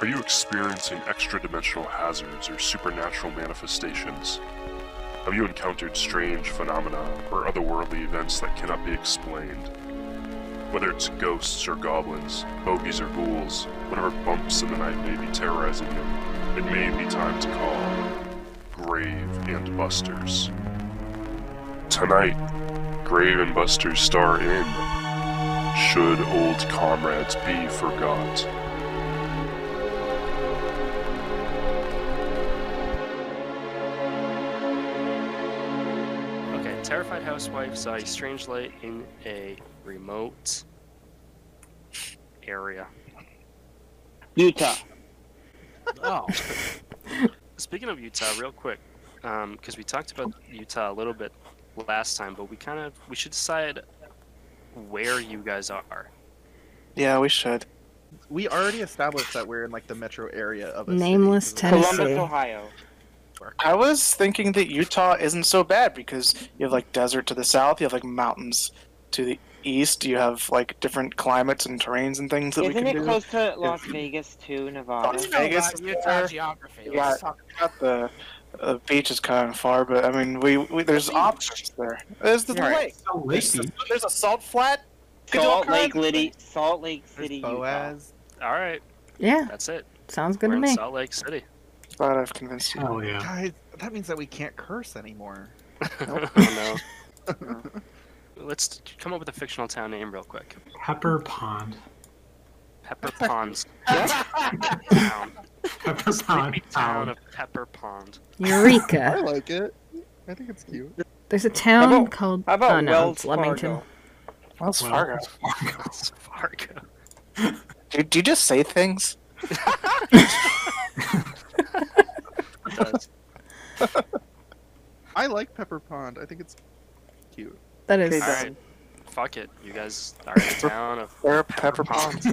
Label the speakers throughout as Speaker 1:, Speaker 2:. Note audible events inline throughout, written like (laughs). Speaker 1: Are you experiencing extra dimensional hazards or supernatural manifestations? Have you encountered strange phenomena or otherworldly events that cannot be explained? Whether it's ghosts or goblins, bogies or ghouls, whatever bumps in the night may be terrorizing you, it may be time to call Grave and Busters. Tonight, Grave and Busters star in Should Old Comrades Be Forgot?
Speaker 2: Okay, terrified housewife saw a strange light in a remote area.
Speaker 3: Utah.
Speaker 2: Oh. Speaking of Utah, real quick, because we talked about Utah a little bit last time, but we kind of we should decide where you guys are.
Speaker 3: Yeah, we should.
Speaker 4: We already established that we're in like the metro area of a
Speaker 5: Nameless
Speaker 4: city.
Speaker 5: Tennessee.
Speaker 6: Columbus, Ohio.
Speaker 3: I was thinking that Utah isn't so bad because you have like desert to the south, you have like mountains to the east, you have like different climates and terrains and things that we
Speaker 6: Isn't
Speaker 3: can
Speaker 6: it
Speaker 3: do.
Speaker 6: close to Las Vegas too, Nevada?
Speaker 3: Las
Speaker 7: You know a
Speaker 3: Vegas
Speaker 7: lot of
Speaker 3: is
Speaker 7: Utah
Speaker 3: there.
Speaker 7: geography.
Speaker 3: You got,
Speaker 7: Let's talk
Speaker 3: you got the uh, beach is kind of far, but I mean, we, we there's options there. There's the
Speaker 6: Right.
Speaker 3: lake. There's, the- there's a salt flat. You can do all
Speaker 6: Salt Lake
Speaker 3: kinds of
Speaker 6: City, Salt Lake City,
Speaker 4: There's
Speaker 6: Utah.
Speaker 4: Boaz.
Speaker 2: All right,
Speaker 5: Yeah,
Speaker 2: that's it.
Speaker 5: sounds good
Speaker 2: We're
Speaker 5: to
Speaker 2: in
Speaker 5: me.
Speaker 2: Salt Lake City. (laughs)
Speaker 3: things. Glad I've convinced you.
Speaker 8: Oh yeah.
Speaker 4: Guys, that means that we can't curse anymore.
Speaker 2: oh, no. Let's come up with a fictional town name real quick.
Speaker 8: Pepper Pond.
Speaker 5: (laughs)
Speaker 2: Pepper Pond's town.
Speaker 8: Pepper Pond
Speaker 2: Sleepy town
Speaker 8: Town.
Speaker 2: of Pepper Pond.
Speaker 4: I
Speaker 6: (laughs)
Speaker 5: Eureka!
Speaker 4: like it. I think it's cute.
Speaker 5: There's a town
Speaker 6: How about-
Speaker 5: called
Speaker 6: How about
Speaker 5: oh no,
Speaker 6: Wells
Speaker 5: it's Leamington.
Speaker 6: Fargo?
Speaker 3: Wells
Speaker 8: Well,
Speaker 3: Fargo.
Speaker 2: Wells Fargo.
Speaker 3: Dude, do you just say things?
Speaker 2: Does-
Speaker 4: I like Pepper Pond. I think it's cute.
Speaker 5: That is.
Speaker 3: Okay,
Speaker 2: All
Speaker 3: Done.
Speaker 2: right, fuck it. You guys are in town of
Speaker 3: There
Speaker 2: (laughs)
Speaker 3: are pepper ponds.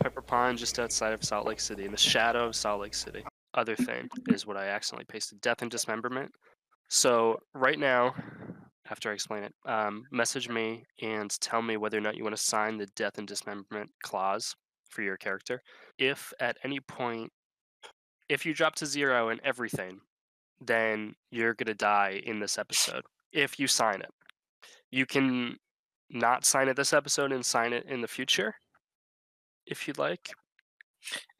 Speaker 2: Pepper Pond, just outside of Salt Lake City, in the shadow of Salt Lake City. Other thing is what I accidentally pasted: death and dismemberment. So right now, after I explain it, um, message me and tell me whether or not you want to sign the death and dismemberment clause for your character. If at any point, if you drop to zero in everything, then you're gonna die in this episode. If you sign it, you can not sign it this episode and sign it in the future if you'd like.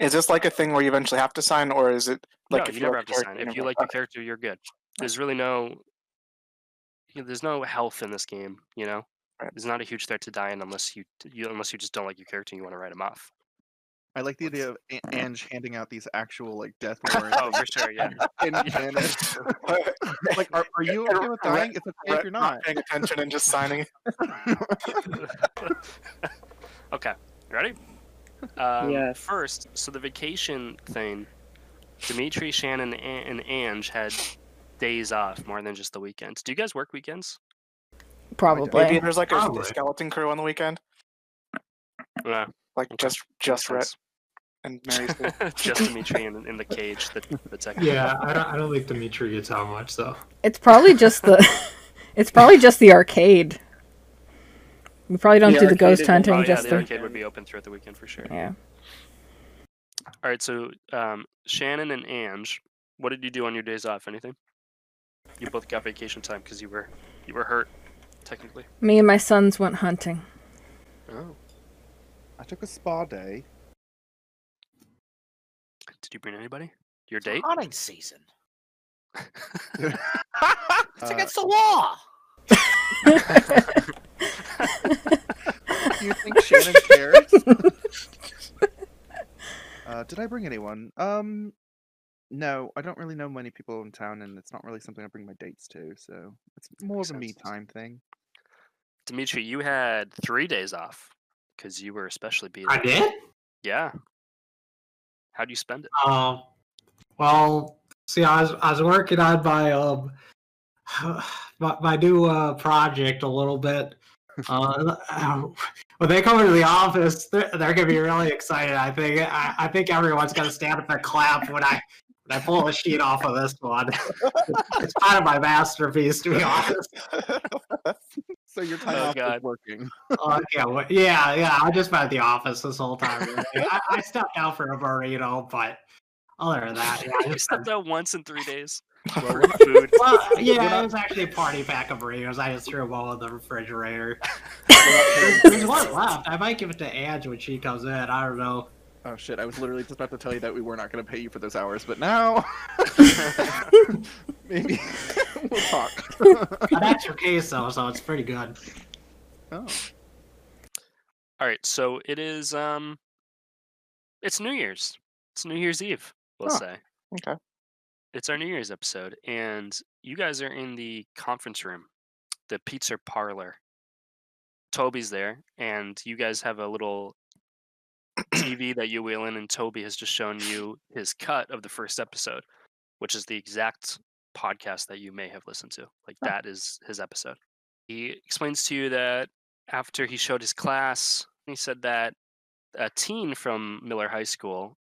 Speaker 3: Is this like a thing where you eventually have to sign, or is it like
Speaker 2: no, you
Speaker 3: if you
Speaker 2: never have
Speaker 3: like
Speaker 2: to
Speaker 3: your
Speaker 2: sign. it. If
Speaker 3: character
Speaker 2: you
Speaker 3: name?
Speaker 2: like the character, you're good. There's really no, you know, there's no health in this game. You know,
Speaker 3: Right.
Speaker 2: there's not a huge threat to dying unless you, you unless you just don't like your character and you want to write him off.
Speaker 4: I like the idea of A- Ange handing out these actual like death warrants.
Speaker 2: (laughs) Oh, for sure, yeah.
Speaker 4: in Spanish. like, are, are you okay with dying? It's okay if you're not.
Speaker 3: paying attention and just signing.
Speaker 2: okay, you ready? Um,
Speaker 6: Yes.
Speaker 2: First, so the vacation thing, Dimitri, Shannon, and, and Ange had days off more than just the weekends. Do you guys work weekends?
Speaker 3: Maybe
Speaker 5: Probably.
Speaker 3: there's like a
Speaker 8: Probably.
Speaker 3: skeleton crew on the weekend,
Speaker 2: Yeah,
Speaker 3: like
Speaker 2: Okay.
Speaker 3: just just Rhett
Speaker 2: makes
Speaker 3: and
Speaker 7: (laughs)
Speaker 3: Mary's.
Speaker 2: sense. (laughs) just Dimitri in, in the cage, the, the tech.
Speaker 8: (laughs) Yeah, I don't. I don't think Dimitri gets out much though.
Speaker 5: It's probably just the. (laughs) it's probably just the arcade. We probably don't
Speaker 6: The
Speaker 5: do the
Speaker 6: arcade
Speaker 5: ghost
Speaker 6: is-
Speaker 5: hunting.
Speaker 2: Oh, yeah,
Speaker 5: just
Speaker 2: the
Speaker 5: the.
Speaker 2: arcade would be open throughout the weekend for sure.
Speaker 5: Yeah.
Speaker 2: All right, so um, Shannon and Ange, what did you do on your days off? Anything? You both got vacation time because you were you were hurt, technically.
Speaker 5: Me and my sons went hunting. (laughs)
Speaker 2: Oh.
Speaker 4: I took a spa day.
Speaker 2: Did you bring anybody? Your date?
Speaker 7: hunting season. It's
Speaker 4: Uh,
Speaker 7: against the law.
Speaker 4: Do you think Shannon cares? (laughs) uh, did I bring anyone? Um, no, I don't really know many people in town, and it's not really something I bring my dates to. So it's more
Speaker 2: Makes
Speaker 4: of a me
Speaker 2: sense.
Speaker 4: time (laughs) thing.
Speaker 2: Dimitri, you had three days off because you were especially busy.
Speaker 8: I did.
Speaker 2: Yeah. How do you spend it?
Speaker 8: Um. Well, see, I was I was working on my um (sighs) my, my new uh, project a little bit. Uh, (laughs) when they come into the office, they're, they're gonna be really excited. I think I, I think everyone's gonna stand up and clap when I I pull a sheet off of this one. (laughs) it's kind of my masterpiece, to be honest.
Speaker 4: So your time
Speaker 2: Oh,
Speaker 4: off was
Speaker 2: God.
Speaker 4: (laughs) working.
Speaker 8: Uh, yeah, wha- yeah, yeah. I just been at the office this whole time. I, I stepped out for a burrito, but other than that,
Speaker 2: (laughs)
Speaker 8: yeah, I just
Speaker 2: Except that once in three
Speaker 8: (laughs)
Speaker 2: days.
Speaker 4: Well,
Speaker 2: Food.
Speaker 8: well,
Speaker 4: We're
Speaker 8: yeah,
Speaker 4: not-
Speaker 8: it was actually a party pack of burritos. I just threw them all in the refrigerator.
Speaker 4: we're not
Speaker 8: There's
Speaker 4: paying-
Speaker 8: one left. I might give it to Ange when she comes in. I don't know.
Speaker 4: oh shit! I was literally just about to tell you that we were not going to pay you for those hours, but (laughs) now maybe (laughs) we'll talk. (laughs)
Speaker 8: An extra case though, so it's pretty good.
Speaker 4: Oh,
Speaker 2: All right, so it is um it's New Year's. It's New Year's Eve, we'll
Speaker 4: Huh,
Speaker 2: say.
Speaker 3: okay.
Speaker 2: It's our New Year's episode and you guys are in the conference room, the pizza parlor. Toby's there and you guys have a little TV that you wheel in and Toby has just shown you his cut of the first episode, which is the exact podcast that you may have listened to. Like that is his episode. He explains to you that after he showed his class, he said that a teen from Miller High School,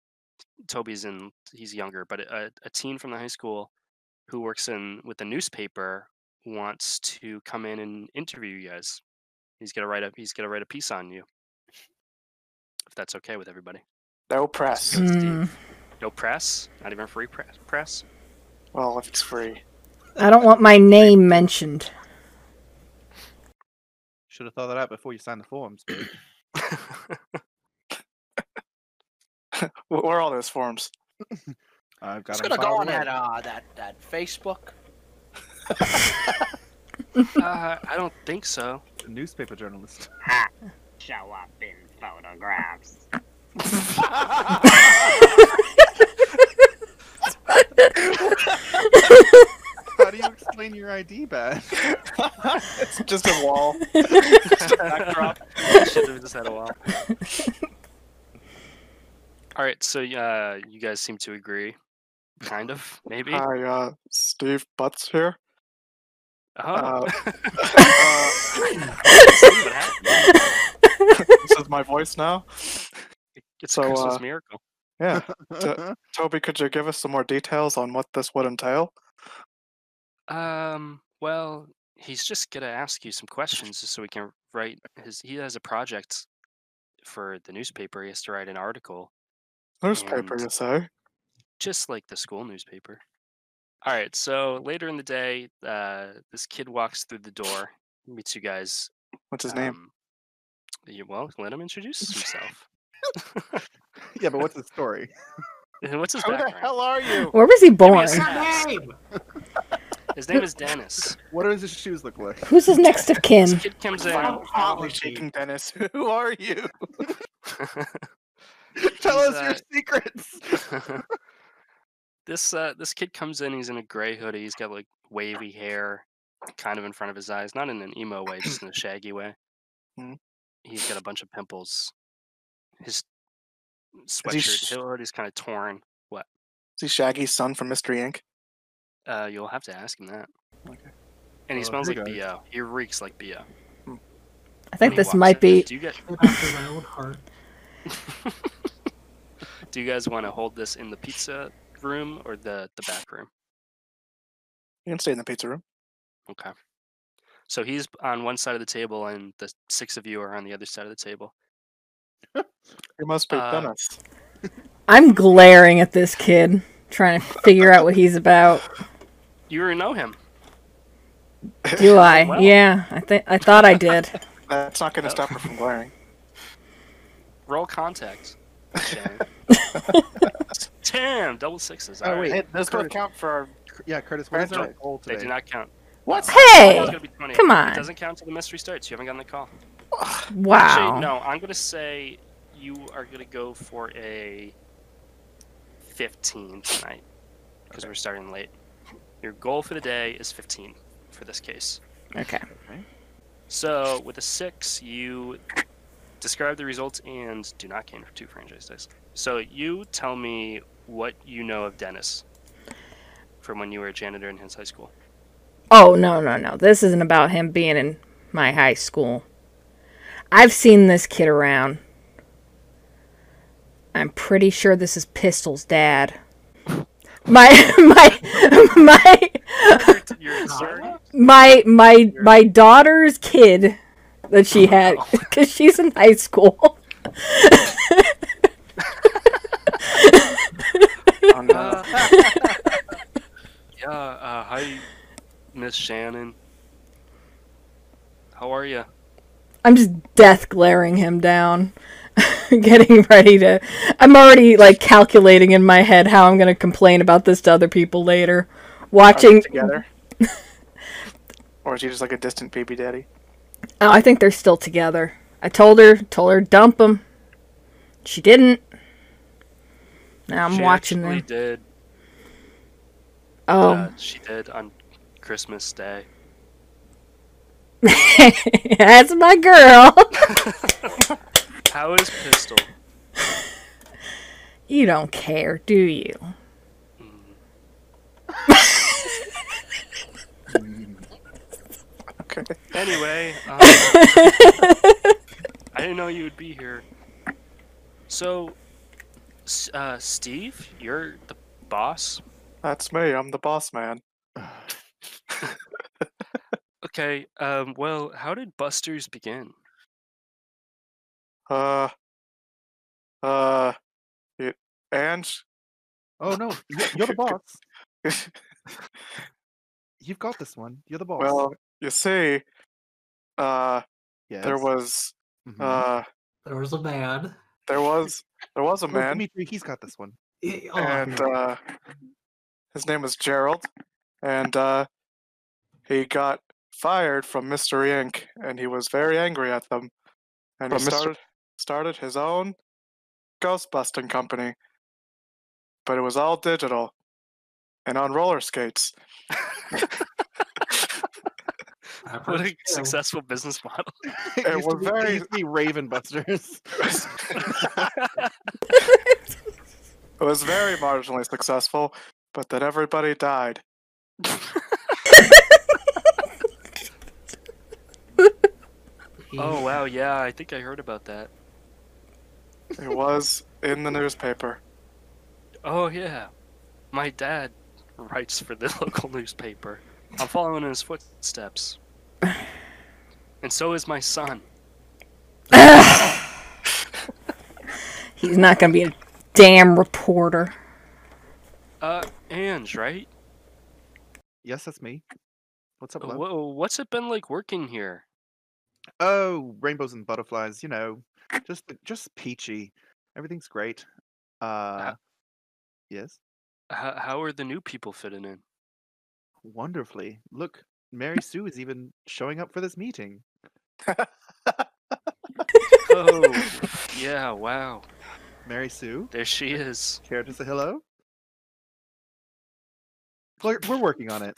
Speaker 2: Toby's in, he's younger, but a, a teen from the high school who works in with the newspaper wants to come in and interview you guys. He's gonna write a he's gonna write a piece on you, if that's okay with everybody.
Speaker 3: No press.
Speaker 7: (laughs)
Speaker 5: Hmm.
Speaker 2: No press, not even free press. Press.
Speaker 3: Well, if it's free.
Speaker 5: I don't want my name mentioned. (laughs)
Speaker 4: should have thought that out before you signed the forms. babe.
Speaker 3: Wh- Where are all those
Speaker 7: (laughs)
Speaker 3: forms? (laughs)
Speaker 4: I've got
Speaker 7: It's
Speaker 4: 'em
Speaker 7: gonna go
Speaker 4: filed
Speaker 7: on
Speaker 4: away.
Speaker 7: that uh, that that Facebook.
Speaker 2: uh, I don't think so.
Speaker 4: newspaper journalist.
Speaker 6: Show up in photographs.
Speaker 4: How do you explain your ID badge?
Speaker 3: It's just a wall.
Speaker 2: I should have just had a while. All right, so uh, you guys seem to agree, kind of, maybe.
Speaker 3: Hi, uh, Steve Butts here.
Speaker 2: oh,
Speaker 3: Uh,
Speaker 7: (laughs)
Speaker 2: uh, see what happened.
Speaker 3: this is my voice now.
Speaker 2: it's
Speaker 3: so,
Speaker 2: a Christmas
Speaker 3: uh,
Speaker 2: miracle.
Speaker 3: Yeah. Toby, could you give us some more details on what this would entail?
Speaker 2: Um, well, he's just gonna ask you some questions just so he can write his. He has a project for the newspaper. He has to write an article
Speaker 3: Newspaper,
Speaker 7: Mm.
Speaker 2: And-
Speaker 3: you say?
Speaker 2: just like the school newspaper. All right, so later in the day, uh, this kid walks through the door, meets you guys.
Speaker 3: What's his name?
Speaker 2: um, you- well, let him introduce himself.
Speaker 4: yeah, but what's the story?
Speaker 2: And What's his
Speaker 7: Who the
Speaker 2: background?
Speaker 7: hell are you?
Speaker 5: Where was he born?
Speaker 2: Yes.
Speaker 8: What's her name?
Speaker 2: His name is Dennis.
Speaker 4: What does his shoes look like?
Speaker 5: Who's his next of
Speaker 2: This
Speaker 5: kin?
Speaker 2: kid comes in.
Speaker 8: Wow.
Speaker 3: Probably shaking Dennis. (laughs) Who are you?
Speaker 4: Tell
Speaker 2: He's,
Speaker 4: us your
Speaker 2: uh,
Speaker 4: secrets.
Speaker 2: this uh, this kid comes in. He's in a gray hoodie. He's got like wavy hair, kind of in front of his eyes, not in an emo way, just in a shaggy way.
Speaker 3: Mhm.
Speaker 2: He's got a bunch of pimples. His
Speaker 3: he
Speaker 2: sweatshirt,
Speaker 3: sh-
Speaker 2: his hoodie's kind of torn.
Speaker 3: Is he Shaggy's son from Mystery Inc.?
Speaker 2: Uh, you'll have to ask him that.
Speaker 3: Okay.
Speaker 2: And he
Speaker 4: Oh,
Speaker 2: smells
Speaker 4: here
Speaker 2: like
Speaker 4: goes.
Speaker 2: bo. He reeks like bo. I
Speaker 5: I think this might be.
Speaker 2: Do you guys
Speaker 8: After my own heart.
Speaker 2: do you guys want to hold this in the pizza room or the the back room?
Speaker 3: You can stay in the pizza room.
Speaker 2: Okay. So he's on one side of the table, and the six of you are on the other side of the table.
Speaker 3: You must be
Speaker 2: Uh,
Speaker 3: Dennis.
Speaker 5: I'm glaring at this kid, trying to figure out what he's about.
Speaker 2: You already know him. (laughs)
Speaker 5: Do I?
Speaker 2: Oh, Well.
Speaker 5: Yeah, I think I thought I did.
Speaker 2: (laughs)
Speaker 3: That's not going to stop her from glaring.
Speaker 2: Roll contact.
Speaker 5: (laughs)
Speaker 2: Shannon. Damn, double sixes.
Speaker 4: Oh,
Speaker 2: all right.
Speaker 4: wait.
Speaker 3: (laughs) Hey, those both
Speaker 4: Curtis.
Speaker 3: count for our
Speaker 4: Yeah, Curtis, what is
Speaker 3: Brad,
Speaker 4: our
Speaker 3: no,
Speaker 4: goal
Speaker 2: They
Speaker 4: today?
Speaker 2: do not count.
Speaker 4: What's
Speaker 2: That was
Speaker 5: Hey!
Speaker 2: gonna be 20.
Speaker 5: Come
Speaker 2: It
Speaker 5: on.
Speaker 2: doesn't count till the mystery starts. You haven't gotten the call. Actually,
Speaker 5: Wow.
Speaker 2: no, I'm gonna say you are gonna go for a 15 tonight because we're starting late. Your goal for the day is 15 for this case.
Speaker 5: Okay.
Speaker 2: So with a six, you describe the results and do not gain two franchise dice. So you tell me what you know of Dennis from when you were a janitor in his high school.
Speaker 5: Oh, no, no, no. This isn't about him being in my high school. I've seen this kid around. I'm pretty sure this is Pistol's dad. My (laughs) my my
Speaker 2: You're- you're sorry?
Speaker 5: my my my daughter's kid that
Speaker 2: (laughs)
Speaker 5: she had
Speaker 2: Oh.
Speaker 5: because she's in high school. (laughs)
Speaker 3: Oh, no.
Speaker 2: Yeah. Uh, hi, Miss Shannon. How are you?
Speaker 5: I'm just death glaring him down. (laughs) Getting ready to. I'm already like calculating in my head how I'm going to complain about this to other people
Speaker 3: Are
Speaker 5: later.
Speaker 3: they
Speaker 5: Watching.
Speaker 3: together. or is he just like a distant baby daddy?
Speaker 5: Oh, I think they're still together. I told her, told her dump him. She didn't. Now I'm
Speaker 2: She
Speaker 5: watching
Speaker 2: actually
Speaker 5: them.
Speaker 2: did.
Speaker 5: Oh,
Speaker 2: Uh, she did on Christmas Day.
Speaker 5: (laughs) that's my girl. (laughs)
Speaker 2: How is Pistol?
Speaker 5: You don't care, do
Speaker 3: (laughs)
Speaker 5: you?
Speaker 3: Okay.
Speaker 2: Anyway, um, (laughs) I didn't know you would be here. So, S- uh, Steve, you're the boss.
Speaker 3: That's me. I'm the boss man.
Speaker 2: Okay. Um, well, how did Buster's begin? (laughs)
Speaker 3: Uh. Uh. It, and (laughs)
Speaker 4: Oh no, y- you're the boss. You've got this one. You're the boss.
Speaker 3: well, you see, uh, there
Speaker 4: Yes.
Speaker 3: was,
Speaker 4: Mhm.
Speaker 3: uh,
Speaker 8: There was a man.
Speaker 3: there was, there (laughs) was a
Speaker 4: Oh,
Speaker 3: man,
Speaker 4: Dimitri, he's got this one. (laughs)
Speaker 8: He- oh,
Speaker 3: and uh, his name was Gerald, and uh, he got fired from Mystery Inc. and he was very angry at them, and he
Speaker 2: From Mr.
Speaker 3: started started his own ghost busting company, but it was all digital, and on roller skates.
Speaker 8: I've
Speaker 2: uh, What
Speaker 8: heard
Speaker 2: a
Speaker 8: too.
Speaker 2: successful business model.
Speaker 4: It
Speaker 3: And
Speaker 4: used
Speaker 3: we're
Speaker 4: to be- it
Speaker 3: very-
Speaker 4: used to be Raven Busters.
Speaker 3: It was very marginally successful, but then everybody died.
Speaker 8: He-
Speaker 2: oh wow, yeah, I think I heard about that.
Speaker 3: It was in the newspaper.
Speaker 2: Oh yeah, my dad writes for the (laughs) local newspaper. I'm following in his footsteps, and so is my son.
Speaker 5: He's not going to be a damn reporter. (laughs)
Speaker 2: Uh, Ange, right?
Speaker 4: (laughs) yes, that's me. What's up, love?
Speaker 2: Whoa, what's it been like working here?
Speaker 4: Oh, rainbows and butterflies. You know, just just peachy. Everything's great. Uh, yes,
Speaker 2: H- how are the new people fitting in?
Speaker 4: wonderfully. Look, Mary Sue is even showing up for this meeting.
Speaker 2: Oh, yeah, wow,
Speaker 4: Mary Sue,
Speaker 2: there she is.
Speaker 4: care to say hello? We're, we're working on it.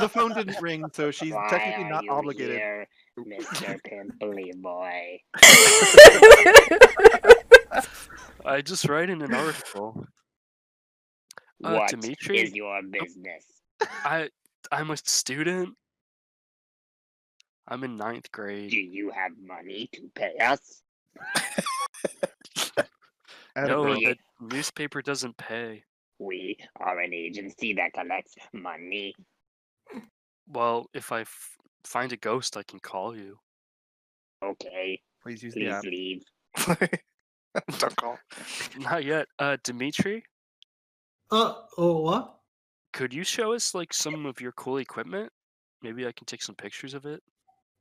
Speaker 4: the phone didn't ring, so
Speaker 6: (laughs)
Speaker 4: she's
Speaker 6: Why
Speaker 4: technically
Speaker 6: are
Speaker 4: not
Speaker 6: you
Speaker 4: obligated. (laughs)
Speaker 6: here, Mr. Pimply Boy.
Speaker 2: I just write in an article. Uh,
Speaker 6: What is
Speaker 2: Dimitri?
Speaker 6: your business?
Speaker 2: I, I'm a student. I'm in ninth grade.
Speaker 6: Do you have money to pay us?
Speaker 4: Adam
Speaker 2: No,
Speaker 4: Brody.
Speaker 6: Brody.
Speaker 2: the newspaper doesn't pay.
Speaker 6: We are an agency that collects money.
Speaker 2: Well, if I f- find a ghost, I can call you. (laughs)
Speaker 6: Okay,
Speaker 4: please use the
Speaker 6: please
Speaker 4: app.
Speaker 6: leave.
Speaker 3: Don't call.
Speaker 2: Not yet. Uh, Dimitri,
Speaker 8: Uh, oh, what?
Speaker 2: could you show us like some of your cool equipment? Maybe I can take some pictures of it.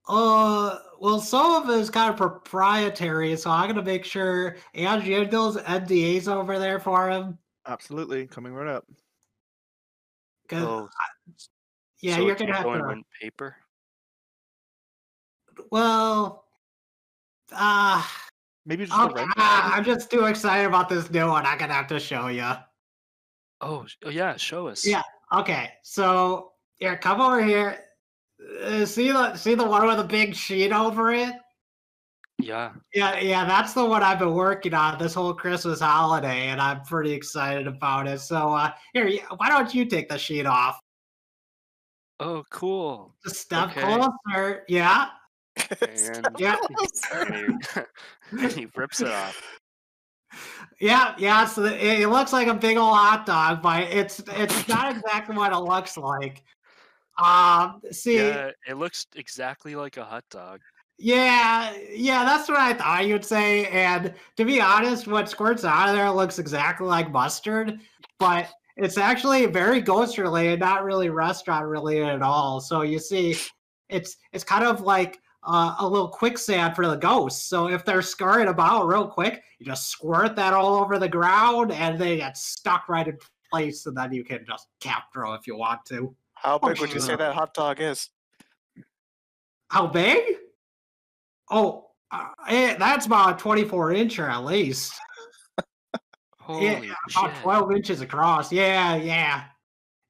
Speaker 8: Uh, well, some of it is kind of proprietary, so I'm gonna make sure Ange you have those NDAs over there for him.
Speaker 4: Absolutely, coming right up.
Speaker 8: 'cause-
Speaker 2: oh,
Speaker 8: yeah,
Speaker 2: so
Speaker 8: you're
Speaker 2: it can
Speaker 8: gonna have
Speaker 2: go
Speaker 8: to.
Speaker 2: in one paper.
Speaker 8: Well, uh,
Speaker 4: Maybe just
Speaker 8: I'm,
Speaker 4: the rent.
Speaker 8: ah,
Speaker 4: (laughs)
Speaker 8: I'm just too excited about this new one. I'm gonna have to show you.
Speaker 2: Oh, sh- oh, yeah, show us.
Speaker 8: Yeah. Okay, so here, come over here. Uh, see the see the one with the big sheet over it.
Speaker 2: Yeah.
Speaker 8: Yeah, yeah, that's the one I've been working on this whole Christmas holiday, and I'm pretty excited about it. So, uh, here, y- why don't you take the sheet off?
Speaker 2: Oh,
Speaker 8: (laughs)
Speaker 2: cool.
Speaker 8: Just step
Speaker 2: Okay.
Speaker 8: closer. Yeah,
Speaker 2: And
Speaker 8: yeah.
Speaker 2: (laughs) and he, and he rips it off.
Speaker 8: Yeah, yeah. So it, it looks like a big old hot dog, but it's it's not exactly what it looks like. Um, (laughs) see, yeah.
Speaker 2: Yeah, it looks exactly like a hot dog.
Speaker 8: yeah, that's what I thought you'd say. And to be honest, what squirts out of there looks exactly like mustard, but it's actually very ghost related, not really restaurant related at all. So you see, it's it's kind of like uh, a little quicksand for the ghosts. So if they're scurrying about real quick, you just squirt that all over the ground, and they get stuck right in place, and then you can just capture 'em if you want to.
Speaker 3: How big would you say
Speaker 8: sure.
Speaker 3: that hot dog is?
Speaker 8: How big? Oh, uh, eh, that's about a 24 incher at least.
Speaker 2: Holy
Speaker 8: Yeah, (laughs) oh, about
Speaker 2: Oh, shit.
Speaker 8: 12 inches across. Yeah, yeah.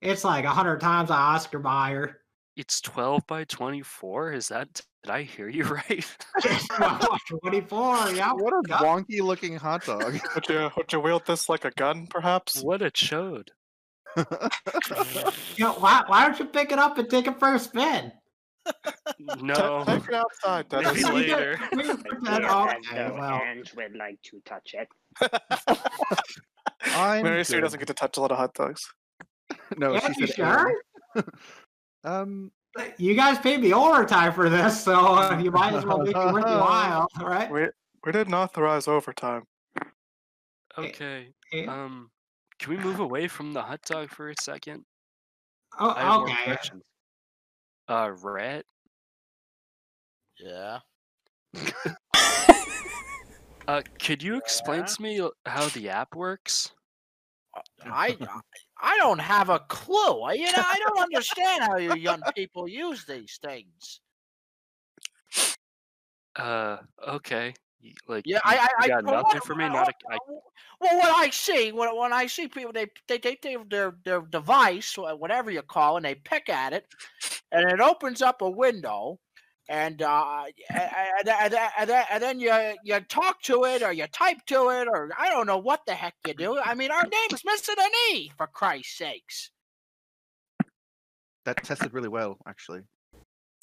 Speaker 8: It's like 100 times an Oscar Mayer.
Speaker 2: It's 12 by 24. Is that did I hear you (laughs)
Speaker 8: (laughs)
Speaker 2: right?
Speaker 8: (laughs) It's about 24, yeah.
Speaker 4: (laughs) What a wonky looking hot dog. (laughs)
Speaker 3: Would you would you wield this like a gun, perhaps?
Speaker 2: what a chode.
Speaker 8: yeah why, why don't you pick it up and take it for a spin?
Speaker 2: No.
Speaker 3: Take it outside. That
Speaker 2: Maybe
Speaker 3: is
Speaker 8: (laughs) That's-
Speaker 2: later.
Speaker 8: That-
Speaker 6: Yes,
Speaker 8: okay,
Speaker 6: no
Speaker 8: well,
Speaker 6: hand would like to touch it.
Speaker 4: (laughs) I'm
Speaker 3: Mary Sue
Speaker 4: good.
Speaker 3: doesn't get to touch a lot of hot dogs.
Speaker 4: No,
Speaker 8: yeah,
Speaker 4: she
Speaker 8: you
Speaker 4: said
Speaker 8: sure?
Speaker 4: and. Um,
Speaker 8: You guys paid me overtime for this, so (laughs) uh, you might as well make it worth your while, all right?
Speaker 4: (laughs)
Speaker 3: We we didn't authorize overtime.
Speaker 2: Okay.
Speaker 8: Eh,
Speaker 2: Um can we move away from the hot dog for a second? I have
Speaker 8: Oh,
Speaker 2: more
Speaker 8: okay.
Speaker 2: questions. Uh rat. (laughs)
Speaker 7: Yeah.
Speaker 2: Uh could you explain
Speaker 7: Yeah?
Speaker 2: to me l- how the app works?
Speaker 7: I I don't have a clue. I, you know, I don't understand how you young people use these things.
Speaker 2: Uh okay. y- Like
Speaker 7: Yeah,
Speaker 2: you-
Speaker 7: I,
Speaker 2: you
Speaker 7: I, I
Speaker 2: got
Speaker 7: for
Speaker 2: nothing
Speaker 7: what-
Speaker 2: for me.
Speaker 7: what-
Speaker 2: Not a,
Speaker 3: (laughs)
Speaker 7: what-
Speaker 2: I,
Speaker 7: well, what I see when when I see people, they they take their, their their device, wha- whatever you call, it, and they pick at it, and it opens up a window, and uh, a- a- and, and, and, then- and then you you talk to it or you type to it or I don't know what the heck you do. I mean, our name is missing an E for Christ's sakes.
Speaker 4: that tested really well, actually.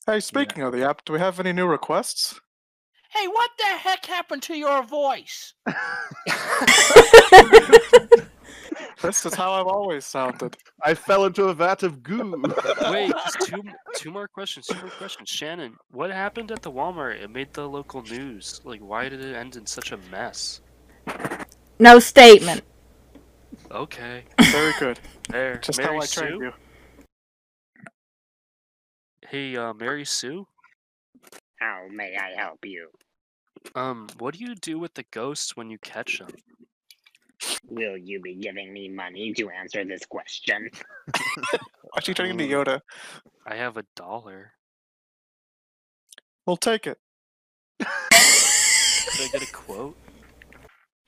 Speaker 3: Hey, speaking of the app, do we have any new requests?
Speaker 7: Hey, what the heck happened to your voice?
Speaker 3: This is how I've always sounded.
Speaker 4: I fell into a vat of goo.
Speaker 6: (laughs)
Speaker 2: wait, two m- two more questions. Two more questions. Shannon, what happened at the Walmart? It made the local news. Like, why did it end in such a mess?
Speaker 5: No statement.
Speaker 2: Okay,
Speaker 3: Very good.
Speaker 2: there.
Speaker 3: Just
Speaker 2: Mary
Speaker 3: how I trained
Speaker 2: Sue.
Speaker 3: you.
Speaker 2: Hey, uh, Mary Sue.
Speaker 6: How may I help you?
Speaker 2: Um, what do you do with the ghosts when you catch them?
Speaker 6: Will you be giving me money to answer this question?
Speaker 3: Why'd you turn into Yoda?
Speaker 2: I have a dollar.
Speaker 3: We'll take it.
Speaker 2: Could I get a quote?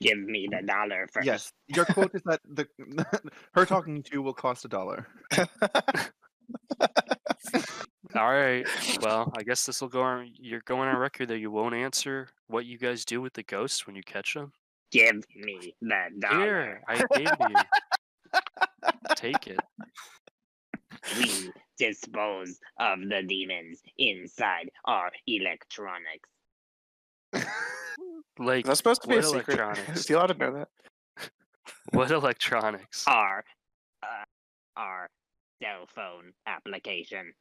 Speaker 6: Give me the dollar first.
Speaker 4: yes, your quote is that the (laughs) her talking to you will cost a dollar.
Speaker 2: All right. Well, I guess this will go on. You're going on record that you won't answer what you guys do with the ghosts when you catch them.
Speaker 6: Give me the dollar.
Speaker 2: Here, I gave you. Take it.
Speaker 6: We dispose of the demons inside our electronics.
Speaker 2: Like
Speaker 3: Is that supposed to be a
Speaker 2: what
Speaker 3: secret? (laughs)
Speaker 2: electronics?
Speaker 3: You ought to know that.
Speaker 2: (laughs) what electronics?
Speaker 6: Our, uh, our cell phone application.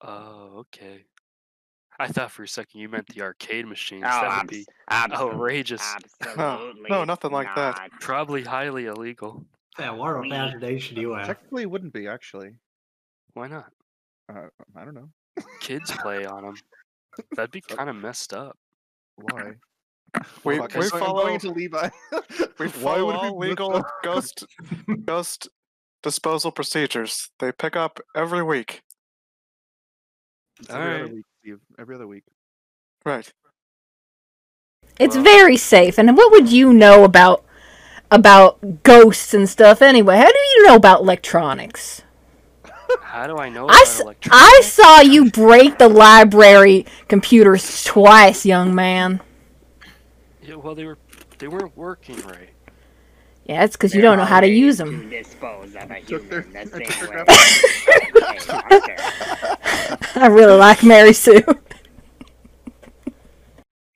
Speaker 2: Oh, okay. I thought for a second you meant the arcade machines.
Speaker 6: Oh,
Speaker 2: that would
Speaker 6: abs-
Speaker 2: be
Speaker 6: abs-
Speaker 2: outrageous. (laughs)
Speaker 6: Absolutely.
Speaker 3: nothing like that.
Speaker 6: not.
Speaker 2: Probably highly illegal.
Speaker 8: Yeah, what a
Speaker 6: We-
Speaker 8: imagination you have.
Speaker 4: Technically, it wouldn't be actually.
Speaker 2: Why not?
Speaker 4: Uh, I don't know
Speaker 2: Kids play on them. That'd be kind of messed up.
Speaker 3: (laughs)
Speaker 4: why.
Speaker 3: We- we
Speaker 4: Fuck, I'm, going- I'm
Speaker 3: follow-
Speaker 4: going to Levi. (laughs)
Speaker 3: We
Speaker 4: why would we
Speaker 3: follow (laughs) legal ghost ghost disposal procedures. They pick up every week.
Speaker 4: It's
Speaker 2: All
Speaker 4: every
Speaker 2: right.
Speaker 4: other week, Steve. Every other week.
Speaker 3: Right.
Speaker 5: It's
Speaker 2: Well-
Speaker 5: very safe. And what would you know about about ghosts and stuff anyway? How do you know about electronics?
Speaker 2: How do I know
Speaker 5: I
Speaker 2: about
Speaker 5: s-
Speaker 2: electronics?
Speaker 5: I saw you break the library computers twice, young man.
Speaker 2: Yeah, well, they were they weren't working right.
Speaker 5: Yeah, it's because you
Speaker 6: There
Speaker 5: don't know how to
Speaker 6: are ways
Speaker 5: use them.
Speaker 6: to dispose of a
Speaker 4: took their-
Speaker 6: human the
Speaker 4: I took
Speaker 6: same
Speaker 4: their
Speaker 6: way
Speaker 4: (laughs)
Speaker 6: as a
Speaker 5: (laughs)
Speaker 6: monster.
Speaker 5: I really like Mary Sue.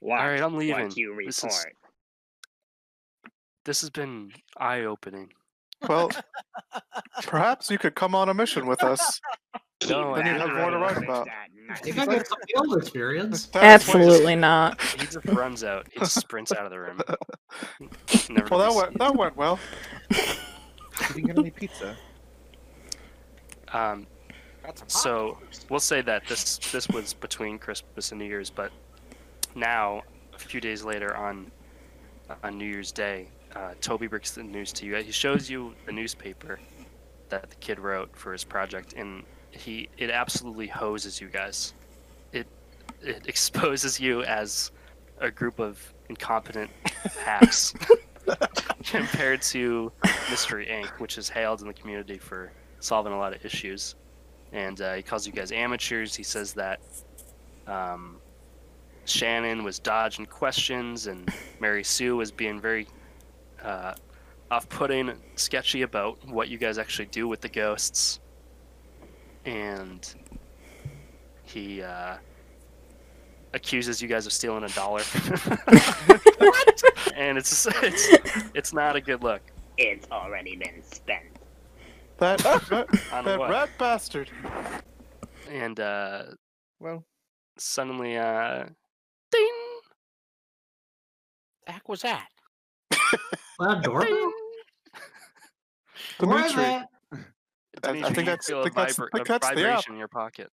Speaker 6: Watch
Speaker 2: right, I'm leaving.
Speaker 6: What you
Speaker 2: This is-
Speaker 6: report.
Speaker 2: This has been eye opening.
Speaker 3: Well, perhaps you could come on a mission with us.
Speaker 2: No, I
Speaker 3: Then you'd have
Speaker 2: haven't
Speaker 3: more to
Speaker 2: read it.
Speaker 3: write about.
Speaker 8: You can get some field
Speaker 3: (laughs)
Speaker 8: experience.
Speaker 3: That's what-
Speaker 2: (laughs)
Speaker 5: Absolutely not.
Speaker 2: He just runs out. He just sprints out of the room. Never
Speaker 3: Well,
Speaker 2: to
Speaker 3: that
Speaker 2: be
Speaker 3: went, that went well.
Speaker 4: Did you get any (laughs) pizza?
Speaker 2: seen. Um, so we'll say that this this was between Christmas and New Year's, but now a few days later on on New Year's Day, uh, Toby brings the news to you. He shows you the newspaper that the kid wrote for his project, and he it absolutely hoses you guys. It it (laughs) exposes you as a group of incompetent hacks (laughs) compared to Mystery Inc., which is hailed in the community for solving a lot of issues. And uh, he calls you guys amateurs. He says that um, Shannon was dodging questions and Mary Sue was being very uh, off putting, sketchy about what you guys actually do with the ghosts. And he uh, accuses you guys of stealing a dollar. and it's, it's it's not a good look.
Speaker 6: It's already been spent.
Speaker 4: (laughs)
Speaker 3: That that,
Speaker 2: On
Speaker 3: that
Speaker 2: what?
Speaker 3: rat bastard.
Speaker 2: And uh,
Speaker 4: Well,
Speaker 2: suddenly, uh, ding,
Speaker 7: The heck
Speaker 8: (laughs)
Speaker 7: was that?
Speaker 8: Well, doorbell?
Speaker 2: ding.
Speaker 8: Where is
Speaker 3: Dimitri.
Speaker 8: it?
Speaker 3: I- I
Speaker 2: Dimitri,
Speaker 3: think
Speaker 2: you
Speaker 3: that's-
Speaker 2: feel a
Speaker 3: think that's-
Speaker 2: vibra-
Speaker 3: think
Speaker 2: a
Speaker 3: that's the app.
Speaker 2: vibration in your pocket.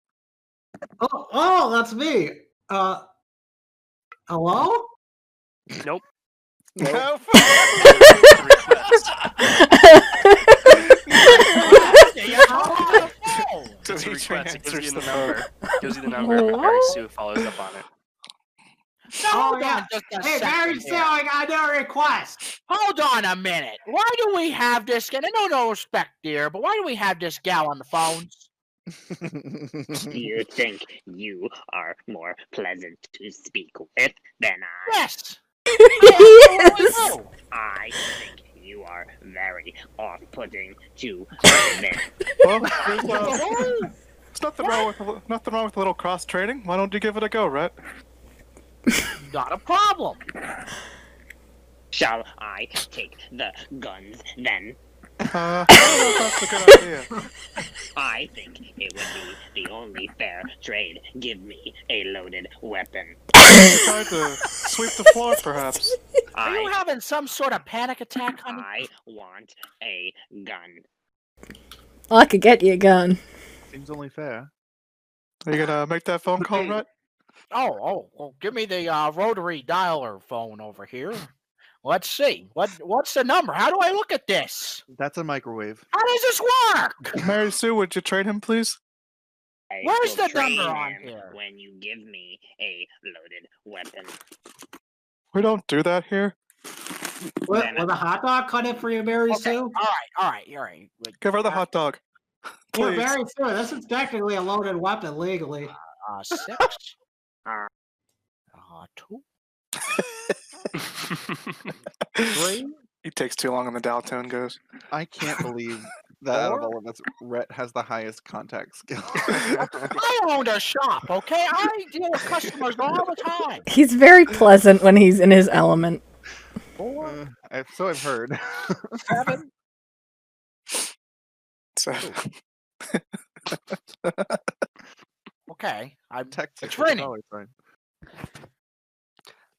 Speaker 8: Oh, oh, that's me. Uh, hello?
Speaker 3: (laughs)
Speaker 2: Nope.
Speaker 3: No.
Speaker 2: Request.
Speaker 7: Oh, no.
Speaker 2: It's a
Speaker 3: (laughs) Dimitri
Speaker 2: request. It gives
Speaker 3: answers
Speaker 2: you the
Speaker 3: the phone.
Speaker 2: number. Gives you the
Speaker 3: (laughs)
Speaker 2: number. but Mary
Speaker 5: Hello?
Speaker 2: Sue follows up on it.
Speaker 7: Now,
Speaker 8: Oh,
Speaker 7: hold
Speaker 8: yeah.
Speaker 7: on just a
Speaker 8: Hey,
Speaker 7: second
Speaker 8: Barry
Speaker 7: here.
Speaker 8: Sue, I got no request.
Speaker 7: Hold on a minute. Why do we have this? And no, no respect, dear, but why do we have this gal on the phones? (laughs)
Speaker 6: You think you are more pleasant to speak with than I?
Speaker 8: (laughs)
Speaker 7: Yes.
Speaker 5: yes.
Speaker 7: No.
Speaker 6: I think you are very off-putting to women.
Speaker 3: Well, (laughs) there's, uh, there's nothing wrong with a li- nothing wrong with a little cross training. Why don't you give it a go, Rhett?
Speaker 7: Not a problem.
Speaker 6: Shall I take the guns then?
Speaker 3: Uh, I don't know if that's a good idea.
Speaker 6: I think it would be the only fair trade. Give me a loaded weapon.
Speaker 3: Try to sweep the floor, perhaps.
Speaker 7: Are you
Speaker 6: I,
Speaker 7: having some sort of panic attack, honey?
Speaker 6: I want a gun.
Speaker 5: I could get you a gun.
Speaker 4: Seems only fair.
Speaker 3: Are you gonna make that phone call, Rhett?
Speaker 7: Oh, oh, well, give me the uh, rotary dialer phone over here. Let's see. What what's the number? How do I look at this?
Speaker 4: That's a microwave.
Speaker 7: How does this work?
Speaker 3: Mary Sue, would you train him, please?
Speaker 6: I
Speaker 7: Where's
Speaker 6: will
Speaker 7: the number
Speaker 6: train
Speaker 7: on
Speaker 6: him
Speaker 7: here?
Speaker 6: When you give me a loaded (laughs) weapon.
Speaker 3: We don't do that here.
Speaker 8: Will,
Speaker 6: Damn it.
Speaker 8: will the hot dog cut it for you, Barry
Speaker 7: Okay,
Speaker 8: Sue?
Speaker 7: All right, all right, all right. uh, Like,
Speaker 3: Give her the hot dog. (laughs)
Speaker 8: Yeah,
Speaker 3: Please.
Speaker 8: Barry Sue, this is technically a loaded weapon legally.
Speaker 7: uh, six.
Speaker 6: Uh.
Speaker 7: Uh, two,
Speaker 3: (laughs)
Speaker 2: Three?
Speaker 3: It takes too long, and the dial tone goes.
Speaker 4: I can't
Speaker 3: (laughs)
Speaker 4: believe that out of all of us, Rhett has the highest contact
Speaker 3: (laughs)
Speaker 4: skill. (laughs)
Speaker 7: I owned a shop, okay? I deal with customers all the time.
Speaker 5: He's very pleasant when he's in his element. (laughs)
Speaker 4: Uh, I- so I've heard. (laughs)
Speaker 7: Seven.
Speaker 3: So,
Speaker 7: Okay. I'm,
Speaker 4: Tactics
Speaker 7: training.
Speaker 4: always fine.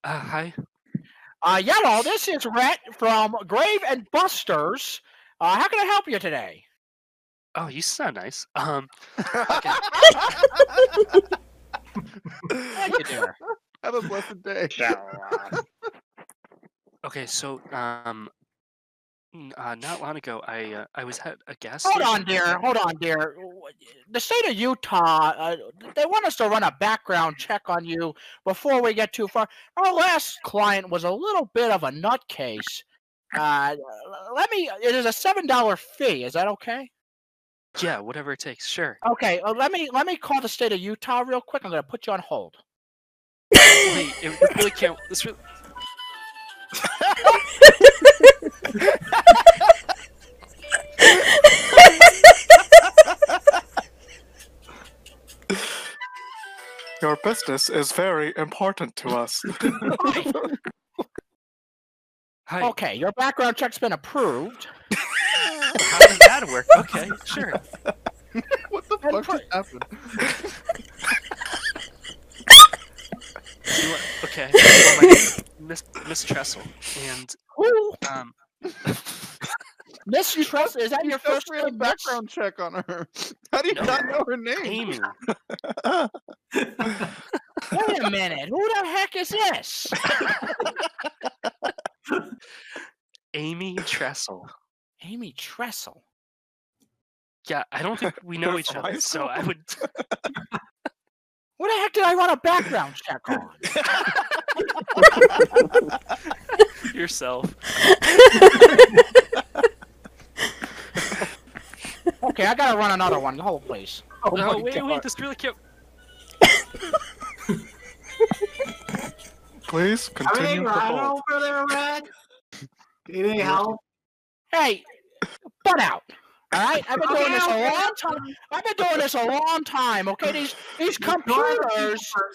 Speaker 2: Uh, hi.
Speaker 7: uh, Yellow, this is Rhett from Grave and Busters. Uh, how can I help you today?
Speaker 2: Oh, you sound nice. Um,
Speaker 4: (laughs)
Speaker 7: Thank you, dear.
Speaker 4: Have a blessed day.
Speaker 6: Shall uh,
Speaker 2: okay, so um, n- uh, not long ago, I uh, I was at a gas.
Speaker 7: Hold on,
Speaker 2: station.
Speaker 7: dear. Hold on, dear. W- The state of Utah, uh, they want us to run a background check on you before we get too far. Our last client was a little bit of a nutcase. Uh, let me. It is a seven dollar fee. Is that okay?
Speaker 2: Yeah, whatever it takes. Sure.
Speaker 7: Okay. Uh, let me let me call the state of Utah real quick. I'm gonna put you on hold.
Speaker 2: Wait, it it really can't. This really.
Speaker 3: (laughs) your business is very important to us.
Speaker 2: Hi.
Speaker 7: Okay, your background check's been approved.
Speaker 2: How does that work? Okay, sure.
Speaker 4: (laughs) What the fuck just happened?
Speaker 2: Do you want- okay. Well, my name is Miss, Miss Tressel, and
Speaker 7: Who?
Speaker 2: um,
Speaker 7: Miss you trust? Is that your
Speaker 4: Feel
Speaker 7: first
Speaker 4: free to
Speaker 7: name? Miss?
Speaker 4: background check on her. (laughs) How do you
Speaker 2: No.
Speaker 4: not know her name?
Speaker 2: Amy.
Speaker 7: Wait a minute. Who the heck is this?
Speaker 2: Amy Tressel.
Speaker 7: Amy Tressel.
Speaker 2: Yeah, I don't think we know
Speaker 3: They're
Speaker 2: each
Speaker 3: from
Speaker 2: other,
Speaker 3: high
Speaker 2: so I would. (laughs)
Speaker 7: What the heck did I run a background check on?
Speaker 2: yourself.
Speaker 7: Okay, I gotta run another one. Hold please.
Speaker 2: Oh, no,
Speaker 7: my
Speaker 2: wait, wait,
Speaker 7: God.
Speaker 2: this really can't.
Speaker 3: Please
Speaker 8: Everything
Speaker 3: continue to
Speaker 8: right
Speaker 3: hold.
Speaker 8: over there, Red? Need any help?
Speaker 7: Hey, butt out. All right, I've been
Speaker 8: Okay,
Speaker 7: doing this a
Speaker 8: okay,
Speaker 7: long time. I've been doing this a long time. Okay, these
Speaker 8: (laughs)
Speaker 7: these computers,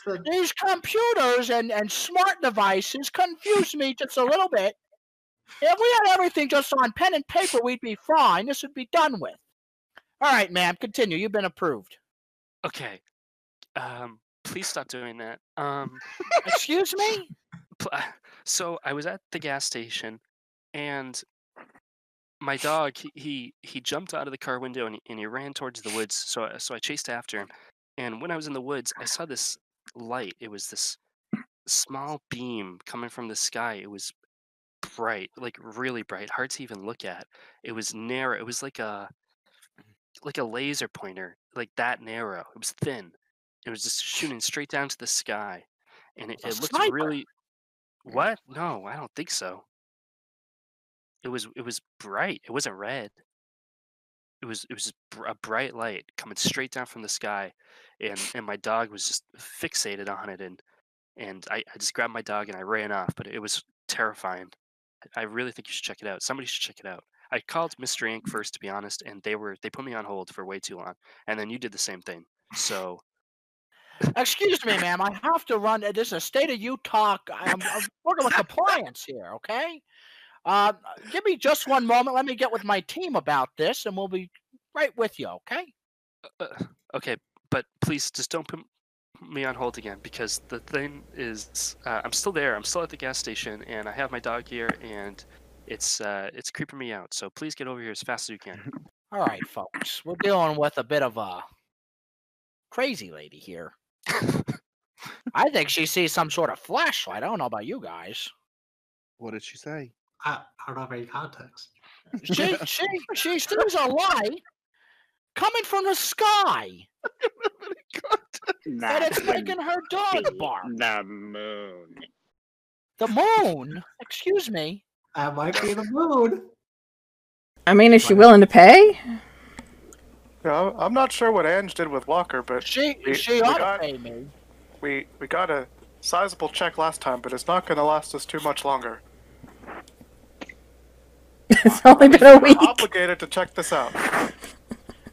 Speaker 8: Person.
Speaker 7: these computers, and and smart devices confuse me just a little bit. If we had everything just on pen and paper, we'd be fine. This would be done with. All right, ma'am, continue. You've been approved.
Speaker 2: Okay. Um, please stop doing that. Um,
Speaker 7: Excuse me.
Speaker 2: pl- uh, so I was at the gas station, and my dog he he, he jumped out of the car window and he, and he ran towards the woods. So I- so I chased after him, and when I was in the woods, I saw this light. It was this small beam coming from the sky. It was bright, like really bright, hard to even look at. It was narrow. It was like a
Speaker 7: Mm-hmm.
Speaker 2: like a laser pointer, like that narrow. It was thin. It was just shooting straight down to the sky, and it,
Speaker 7: A
Speaker 2: it looked
Speaker 7: sniper.
Speaker 2: really. What? No, I don't think so. It was it was bright. It wasn't red. It was it was br- a bright light coming straight down from the sky, and and my dog was just fixated on it, and and I, I just grabbed my dog and I ran off. But it was terrifying. I really think you should check it out. Somebody should check it out. I called Mystery Inc. first, to be honest, and they were they put me on hold for way too long, and then you did the same thing. So
Speaker 7: Excuse me, ma'am. I have to run. uh, This is a state of Utah. c- I'm, I'm working with compliance here, okay? Uh, give me just one moment. Let me get with my team about this, and we'll be right with you, okay?
Speaker 2: uh, okay, but please just don't put me on hold again because the thing is, uh, I'm still there. I'm still at the gas station, and I have my dog here, and it's uh, it's creeping me out. So please get over here as fast as you can.
Speaker 7: All right, folks. We're dealing with a bit of a crazy lady here. I think she sees some sort of flashlight. I don't know about you guys.
Speaker 4: (laughs) What did she (laughs) say?
Speaker 8: I, I don't have any context.
Speaker 7: She she she sees a light coming from the sky, and
Speaker 6: That
Speaker 7: it's
Speaker 6: would
Speaker 7: making her dog bark.
Speaker 6: be the moon.
Speaker 7: The moon. Excuse me.
Speaker 8: That might be the mood.
Speaker 5: I mean, is she willing to pay?
Speaker 3: Yeah, I- I'm not sure what Ange did with Walker, but
Speaker 7: She
Speaker 3: We-
Speaker 7: she
Speaker 3: we
Speaker 7: ought
Speaker 3: got-
Speaker 7: to pay me.
Speaker 3: we we got a sizable check last time, but it's not going to last us too much longer.
Speaker 5: It's only been a week.
Speaker 3: We're obligated to check this out.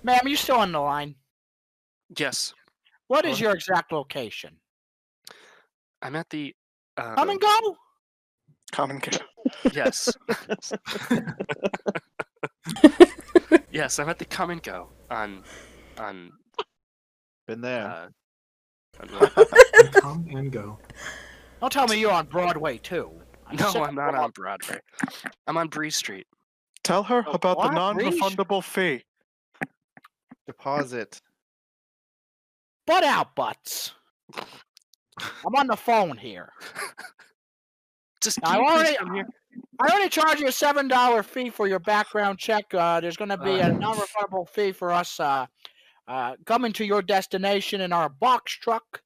Speaker 7: Ma'am, you still on the line.
Speaker 2: Yes,
Speaker 7: What is your exact location?
Speaker 2: I'm at the. Um,
Speaker 7: Come and go.
Speaker 3: Come and get.
Speaker 7: (laughs)
Speaker 2: Yes. yes, I'm at the come and go on on
Speaker 4: Been there.
Speaker 2: uh
Speaker 7: (laughs)
Speaker 2: on what?
Speaker 8: Come and go.
Speaker 7: Don't tell me you're on Broadway too.
Speaker 2: (laughs) No,
Speaker 7: sick
Speaker 2: I'm
Speaker 7: of
Speaker 2: not
Speaker 7: Broad-
Speaker 2: on Broadway. I'm on Bree Street.
Speaker 3: Tell her
Speaker 7: Oh,
Speaker 3: about the
Speaker 7: what? Really?
Speaker 3: non-refundable fee.
Speaker 4: Deposit.
Speaker 7: (laughs) Butt out butts. I'm on the phone here.
Speaker 2: Just
Speaker 7: I
Speaker 2: can you please
Speaker 7: already-
Speaker 2: come here?
Speaker 7: I already charged you a seven dollar fee for your background check. Uh, there's going to be a
Speaker 2: Uh.
Speaker 7: non-refundable fee for us uh, uh, coming to your destination in our box truck.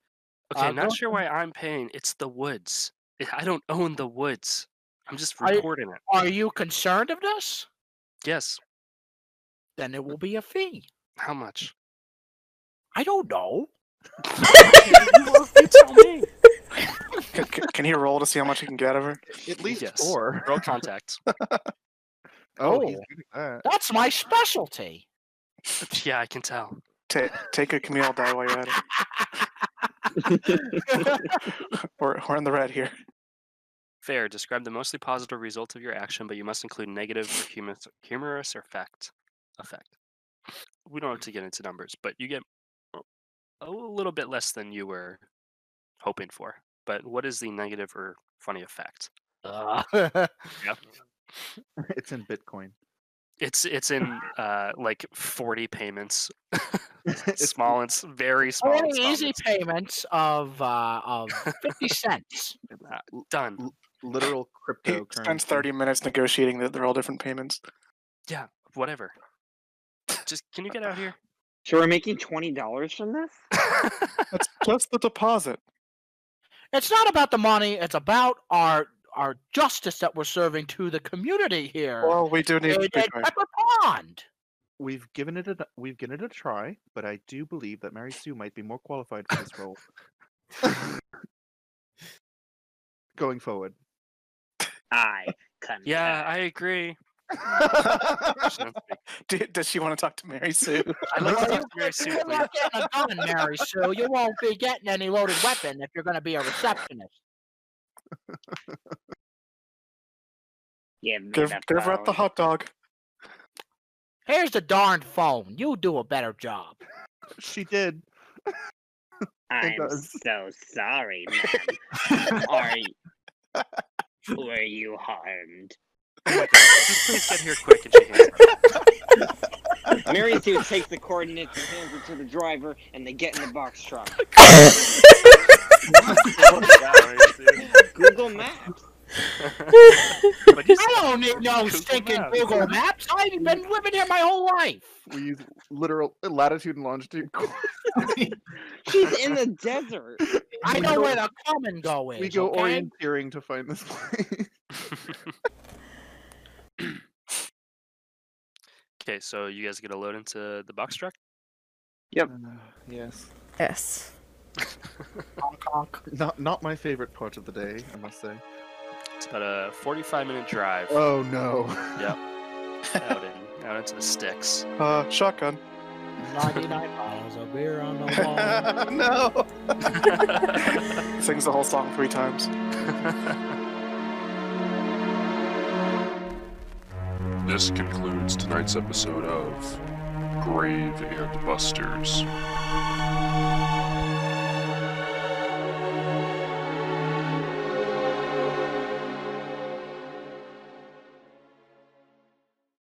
Speaker 2: Okay,
Speaker 7: uh,
Speaker 2: not
Speaker 7: go-
Speaker 2: sure why I'm paying. It's the woods. I- I don't own the woods. I'm just
Speaker 7: I-
Speaker 2: recording it.
Speaker 7: Are you concerned of this?
Speaker 2: Yes.
Speaker 7: Then it will be a fee.
Speaker 2: How much?
Speaker 7: I don't know.
Speaker 5: (laughs)
Speaker 3: Can, can- can he roll to see how much he can get out of her?
Speaker 4: At least
Speaker 2: Yes.
Speaker 4: four.
Speaker 7: (laughs)
Speaker 2: Roll contact.
Speaker 4: Oh, he's
Speaker 7: Oh.
Speaker 4: good at that.
Speaker 7: (laughs) That's my specialty.
Speaker 2: yeah, I can tell.
Speaker 3: Ta take a Camille die while you're at it. we're, we're in the red here.
Speaker 2: Fair. Describe the mostly positive result of your action, but you must include negative or humorous, humorous or fact effect. We don't have to get into numbers, but you get a little bit less than you were hoping for. But what is the negative or funny effect? Yep.
Speaker 4: (laughs) it's in Bitcoin.
Speaker 2: It's it's in uh, like forty payments, (laughs)
Speaker 4: It's-
Speaker 2: small and s- very small.
Speaker 7: Only easy
Speaker 2: installments.
Speaker 7: payments of uh, of fifty cents.
Speaker 2: Uh, done.
Speaker 4: Literal
Speaker 3: He
Speaker 4: cryptocurrency.
Speaker 3: spends 30 minutes negotiating that they're all different payments.
Speaker 2: whatever. Just can you get out here?
Speaker 6: So we're making twenty dollars from this?
Speaker 3: That's just the deposit.
Speaker 7: It's not about the money. It's about our our justice that we're serving to the community here.
Speaker 3: Well, we do need
Speaker 7: in- in
Speaker 3: Bitcoin.
Speaker 7: Pepper Pond.
Speaker 4: We've given it a we've given it a try, but I do believe that Mary Sue might be more qualified for this role. Going forward.
Speaker 6: I can
Speaker 2: yeah, I agree.
Speaker 4: (laughs)
Speaker 2: Sounds like-
Speaker 3: Do, does she want to talk to Mary Sue?
Speaker 2: I'd like to talk to
Speaker 7: (laughs)
Speaker 2: Mary
Speaker 7: If
Speaker 2: Sue,
Speaker 7: You're
Speaker 2: please.
Speaker 7: not getting a gun, Mary Sue. You won't be getting any loaded weapon if you're going to be a receptionist.
Speaker 6: give me
Speaker 3: Give,
Speaker 6: the
Speaker 3: give her up the
Speaker 6: phone.
Speaker 3: hot dog.
Speaker 7: Here's the darned phone. You do a better job.
Speaker 4: she did.
Speaker 6: I'm
Speaker 4: does.
Speaker 6: so sorry,
Speaker 3: (laughs)
Speaker 6: ma'am. Are you, were you harmed?
Speaker 2: Just please get here quick and shake hands.
Speaker 6: Mary Sue takes the coordinates and hands it to the driver, and they get in the box
Speaker 3: (laughs)
Speaker 6: (laughs) truck. (laughs) Google Maps.
Speaker 2: But you
Speaker 7: I
Speaker 2: said-
Speaker 7: don't need no
Speaker 2: Google
Speaker 7: stinking
Speaker 2: Maps.
Speaker 7: Google Maps. I've been living here my whole life.
Speaker 4: We use literal latitude and longitude. (laughs) co-
Speaker 6: She's in the desert.
Speaker 7: I
Speaker 4: We
Speaker 7: know
Speaker 4: go-
Speaker 7: where the come and go is.
Speaker 4: We go
Speaker 7: okay?
Speaker 4: orienteering to find this place.
Speaker 2: okay, so you guys get a load into the box truck.
Speaker 4: yes.
Speaker 5: Yes.
Speaker 7: Honk, honk.
Speaker 4: Not not my favorite part of the day, I must say.
Speaker 2: It's about a 45 minute drive
Speaker 4: Oh no. (laughs)
Speaker 2: Yep. out in out into the sticks.
Speaker 3: Uh, shotgun.
Speaker 7: 99 bottles of beer on the
Speaker 4: (laughs)
Speaker 7: wall.
Speaker 3: no. Sings the whole song three times.
Speaker 1: This concludes tonight's episode of Grave and Busters.